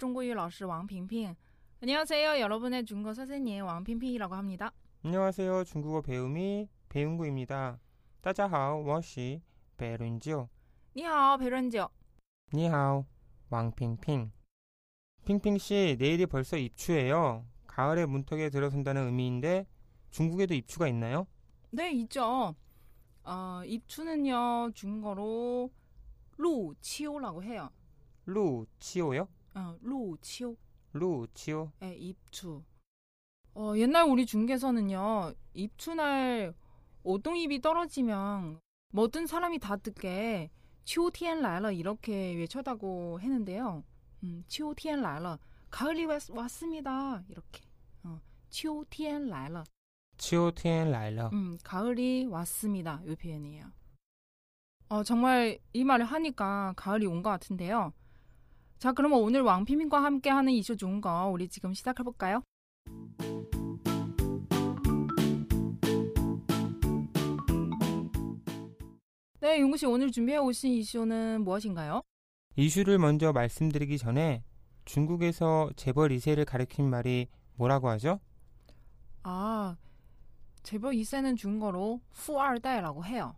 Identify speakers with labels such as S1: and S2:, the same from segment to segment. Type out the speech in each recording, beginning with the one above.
S1: 따지하我是大家的中国语老师王平平 안녕하세요 여러분의 중국어 선생님 왕핑핑이라고 합니다.
S2: 안녕하세요. 중국어 배움이 배운구입니다. 따자하오 워시 베룬지오.
S1: 你好 배런지오
S2: 니하오 왕핑핑. 핑핑 씨 내일이 벌써 입추예요. 가을의 문턱에 들어선다는 의미인데 중국에도 입추가 있나요?
S1: 네, 있죠. 어, 입추는요, 중국어로 루치오라고 해요.
S2: 루치오요?
S1: 어, 루치오.
S2: 루치오.
S1: 예, 입추. 어, 옛날 우리 중국에서는요, 입추날 오동잎이 떨어지면 모든 사람이 다 듣게 치오티엔 라라 이렇게 외쳐다고 했는데요. 음, 치오티엔 라라. 가을이 왔, 왔습니다. 이렇게. 어, 치오티엔 라라.
S2: 치오티엔 라일러.
S1: 음, 가을이 왔습니다. 이 표현이에요. 어, 정말 이 말을 하니까 가을이 온 것 같은데요. 자, 그러면 오늘 왕피민과 함께하는 이슈 좋은 거 우리 지금 시작해볼까요? 네, 용구 씨 오늘 준비해 오신 이슈는 무엇인가요?
S2: 이슈를 먼저 말씀드리기 전에 중국에서 재벌 2세를 가리킨 말이 뭐라고 하죠?
S1: 아, 재벌 2세는 중거로 후알다이라고 해요.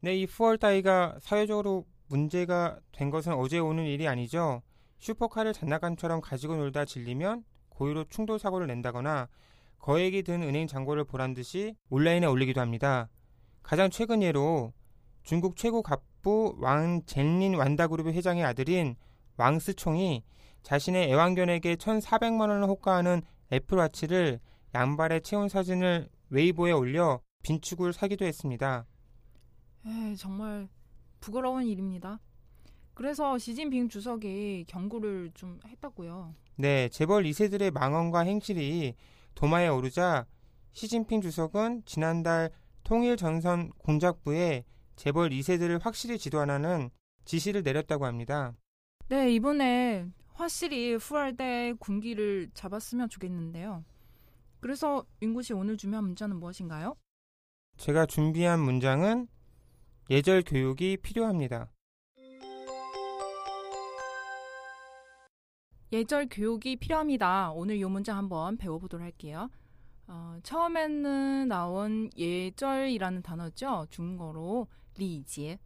S2: 네, 이 후얼다이가 사회적으로 문제가 된 것은 어제 오는 일이 아니죠. 슈퍼카를 장난감처럼 가지고 놀다 질리면 고의로 충돌 사고를 낸다거나 거액이 든 은행 잔고를 보란 듯이 온라인에 올리기도 합니다. 가장 최근 예로 중국 최고 갑부 왕 젠린 완다그룹의 회장의 아들인 왕스총이 자신의 애완견에게 1,400만 원을 호가하는 애플워치를 양발에 채운 사진을 웨이보에 올려 빈축을 사기도 했습니다.
S1: 에이, 예, 정말 부끄러운 일입니다. 그래서 시진핑 주석이 경고를 좀 했다고요.
S2: 네, 재벌 2세들의 망언과 행실이 도마에 오르자 시진핑 주석은 지난달 통일전선 공작부에 재벌 2세들을 확실히 지도하라는 지시를 내렸다고 합니다.
S1: 네, 이번에 화실이 후알대 군기를 잡았으면 좋겠는데요. 그래서 윤구 씨 오늘 준비한 문자는 무엇인가요?
S2: 제가 준비한 문장은 예절 교육이 필요합니다.
S1: 예절 교육이 필요합니다. 오늘 이 문장 한번 배워보도록 할게요. 어, 처음에는 나온 예절이라는 단어죠. 중국어로 리제,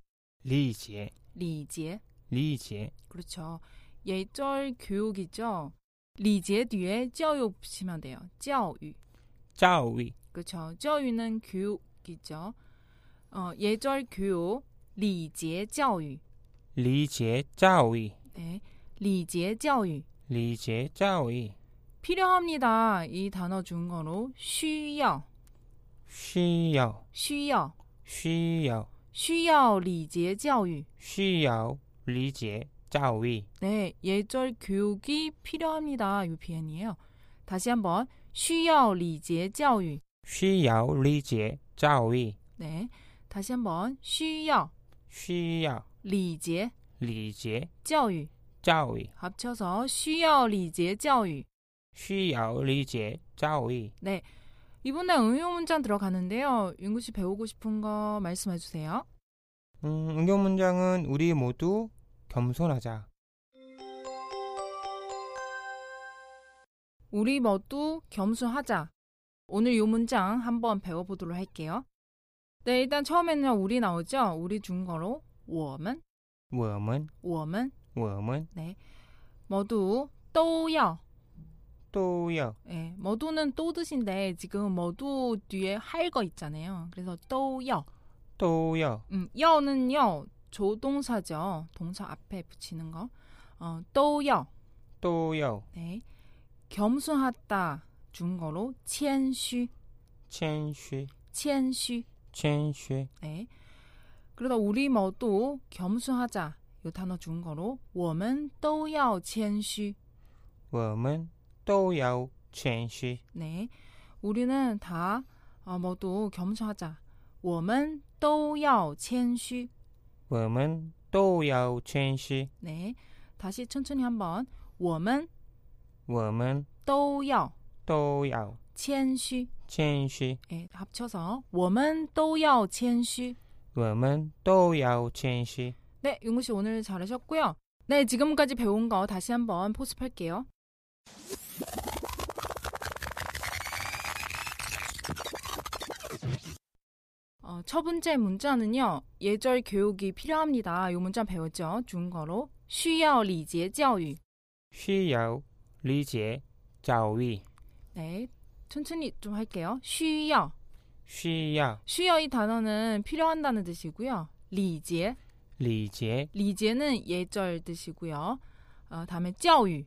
S2: 리지에,
S1: 리제.
S2: 리지에.
S1: 그렇죠. 예절 교육이죠. 리제 뒤에教育 붙이면 돼요. 教育.
S2: 짜오위,
S1: 그렇죠. 교육은 교육이죠. 어, 예절 교육, 리제 교육.
S2: 리지에 짜오위,
S1: 네. 리제 교육.
S2: 리지에 짜오위.
S1: 필요합니다. 이 단어 중거로 需要,
S2: 쉬요,
S1: 需要,
S2: 쉬요,
S1: 需要 리제 교육.
S2: 쉬요, 리지에 짜오위.
S1: 네, 예절 교육이 필요합니다. UPN이에요. 다시 한번 需要 리제 교육.
S2: 쉬요, 리지에 짜오위.
S1: 네. 다시 한번 需要
S2: 쉬요,
S1: 리제
S2: 리지에
S1: 교육.
S2: 짜오위.
S1: 합쳐서 需要 리제 교육.
S2: 쉬요, 리지에 짜오위.
S1: 네. 이번에 응용 문장 들어가는데요. 윤구 씨 배우고 싶은 거 말씀해 주세요.
S2: 음, 응용 문장은 우리 모두 겸손하자.
S1: 우리 모두 겸손하자. 오늘 이 문장 한번 배워보도록 할게요. 네, 일단 처음에는 우리 나오죠. 우리 중국어로 我们,
S2: 웜은
S1: 我们
S2: 웜은
S1: 모두 都要.
S2: 또요.
S1: 예, 모두는 또 뜻인데 지금 모두 뒤에 할 거 있잖아요. 그래서 都要.
S2: 또요.
S1: 음, 여는요 조동사죠. 동사 앞에 붙이는 거. 어, 都要.
S2: 또요.
S1: 네. 겸손하다 중국어로 谦虚,
S2: 谦虚,
S1: 谦虚.
S2: 谦虚.
S1: 네. 그러다 우리 뭐 모두 겸손하자. 요 단어 중국어로 我们都要谦虚.
S2: 我们都要谦虚。
S1: 네. 우리는 다 어, 모두 겸손하자. 我们都要谦虚.
S2: 我们都要谦虚.
S1: 네. 다시 천천히 한번. 我们
S2: 我们
S1: 都要
S2: 都要
S1: 谦虚.
S2: 谦虚.
S1: 예, 합쳐서 我们都要谦虚.
S2: 我们都要谦虚.
S1: 네, 용구 씨 오늘 잘하셨고요. 네, 지금까지 배운 거 다시 한번 포습할게요. 어, 첫 번째 문자는요. 예절 교육이 필요합니다. 요 문자 배웠죠? 중국어로 需要 리제 教育.
S2: 需要理解教育.
S1: 네, 천천히 좀 할게요. 需要.
S2: 需要
S1: 需要 이 단어는 필요한다는 뜻이고요. 리제
S2: 理解
S1: 리제는 예절 뜻이고요. 어, 다음에 教育.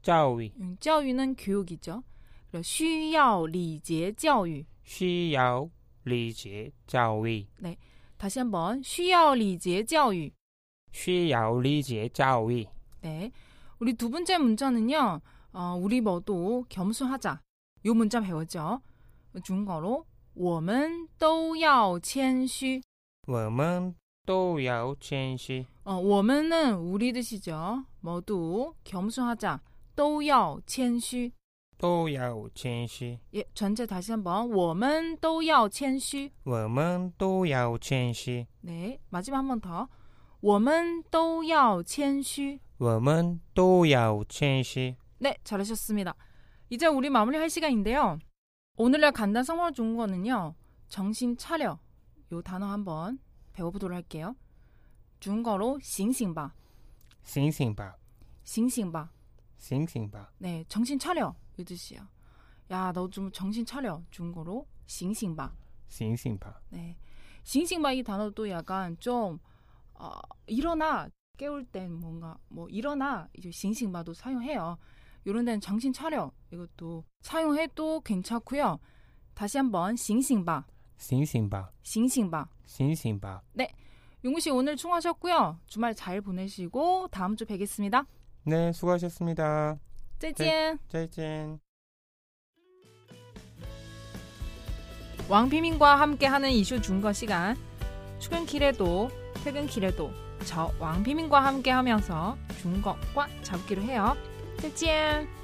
S2: 教育
S1: 음, 教育는 교육이죠. 그리고 需要 리제 教育.
S2: 需要理解教育
S1: 다시 한번 需要 리제 教育.
S2: 需要理解教育
S1: 네. 우리 두 번째 문자는요. 어, 우리 모두 겸손하자. 요 문자 배웠죠. 중국어로 我们都要谦虚.
S2: 我们都要谦虚
S1: 어, 我们은 우리 뜻이죠. 모두 겸손하자. 都要谦虚.
S2: 都要谦虚
S1: 예, 전체 다시 한번 我们都要谦虚.
S2: 我们都要谦虚
S1: 네, 마지막 한 번 더. 我们都要谦虚.
S2: 我们都要谦虚
S1: 네, 잘하셨습니다. 이제 우리 마무리할 시간인데요. 오늘날 간단 성어 중국어는요. 정신 차려. 요 단어 한번 배워보도록 할게요. 중국어로 醒醒吧.
S2: 醒醒吧
S1: 醒醒吧.
S2: 醒醒吧
S1: 네, 정신 차려. 이 뜻이야. 야, 너 좀 정신 차려. 중국어로 醒醒吧.
S2: 醒醒吧
S1: 네. 싱싱바 이 단어도 약간 좀 어, 일어나 깨울 땐 뭔가 뭐 일어나 이제 싱싱바도 사용해요. 이런 데는 정신 차려 이것도 사용해도 괜찮고요. 다시 한번 싱싱바
S2: 醒醒吧
S1: 싱싱바
S2: 醒醒吧
S1: 용우 씨 오늘 충하셨고요. 주말 잘 보내시고 다음 주 뵙겠습니다.
S2: 네 수고하셨습니다
S1: 再见.
S2: 再见
S1: 왕피민과 함께하는 이슈 중거 시간 출근길에도 퇴근길에도 저 왕피민과 함께하면서 중거과 잡기로 해요. 再见.